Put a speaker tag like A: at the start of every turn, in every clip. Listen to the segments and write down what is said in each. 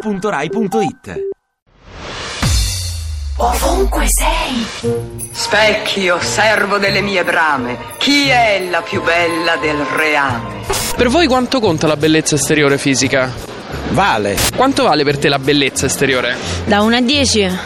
A: radio2pod.rai.it
B: Ovunque sei,
C: Specchio, servo delle mie brame, chi è la più bella del reame?
D: Per voi quanto conta la bellezza esteriore fisica?
E: Vale,
D: Quanto vale per te la bellezza esteriore?
F: Da 1 a mm, 10?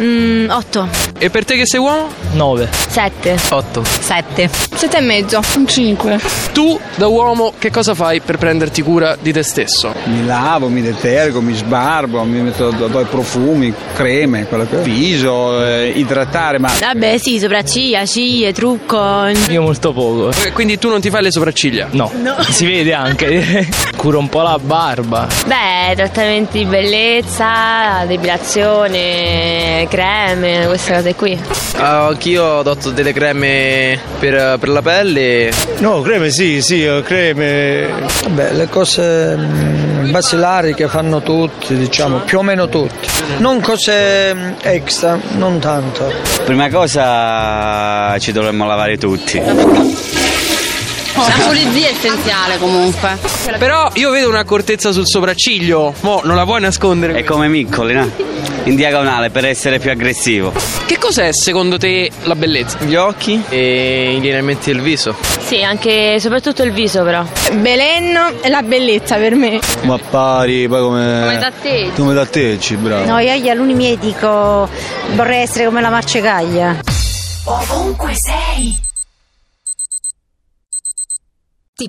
F: 8.
D: E per te che sei uomo?
G: 9
F: 7.
G: 8
F: 7.
H: 7 e mezzo. Un 5.
D: Tu, da uomo, che cosa fai per prenderti cura di te stesso?
E: mi lavo, mi detergo, mi sbarbo, mi metto d- d- profumi, creme, quello che viso, eh, idratare, ma
F: Vabbè, sì, sopracciglia, ciglia, trucco.
G: Io molto poco
D: Eh, Quindi tu non ti fai le sopracciglia?
G: No, si vede anche Curo un po' la barba
F: Beh, trattamenti di bellezza, depilazione, creme, queste cose qui.
D: Ah, anch'io adotto delle creme per, la pelle.
I: No, creme sì, sì, creme. Vabbè, le cose mm, basilari che fanno tutti, diciamo, più o meno tutti. Non cose mm, extra, non tanto.
J: Prima cosa ci dovremmo lavare tutti.
H: La pulizia è essenziale comunque.
D: Però io vedo un'accortezza sul sopracciglio. Mo, non la vuoi nascondere?
J: È come Miccoli, no? In diagonale per essere più aggressivo.
D: Che cos'è secondo te la bellezza?
G: Gli occhi e i lineamenti del viso
F: Sì, anche soprattutto il viso però.
H: Belen è la bellezza per me.
I: Ma pari, poi come. Come
H: da te.
I: Come da te, ci bravo.
K: No, io agli alunni miei dico vorrei essere come la marcegaglia.
B: ovunque sei.
K: Ti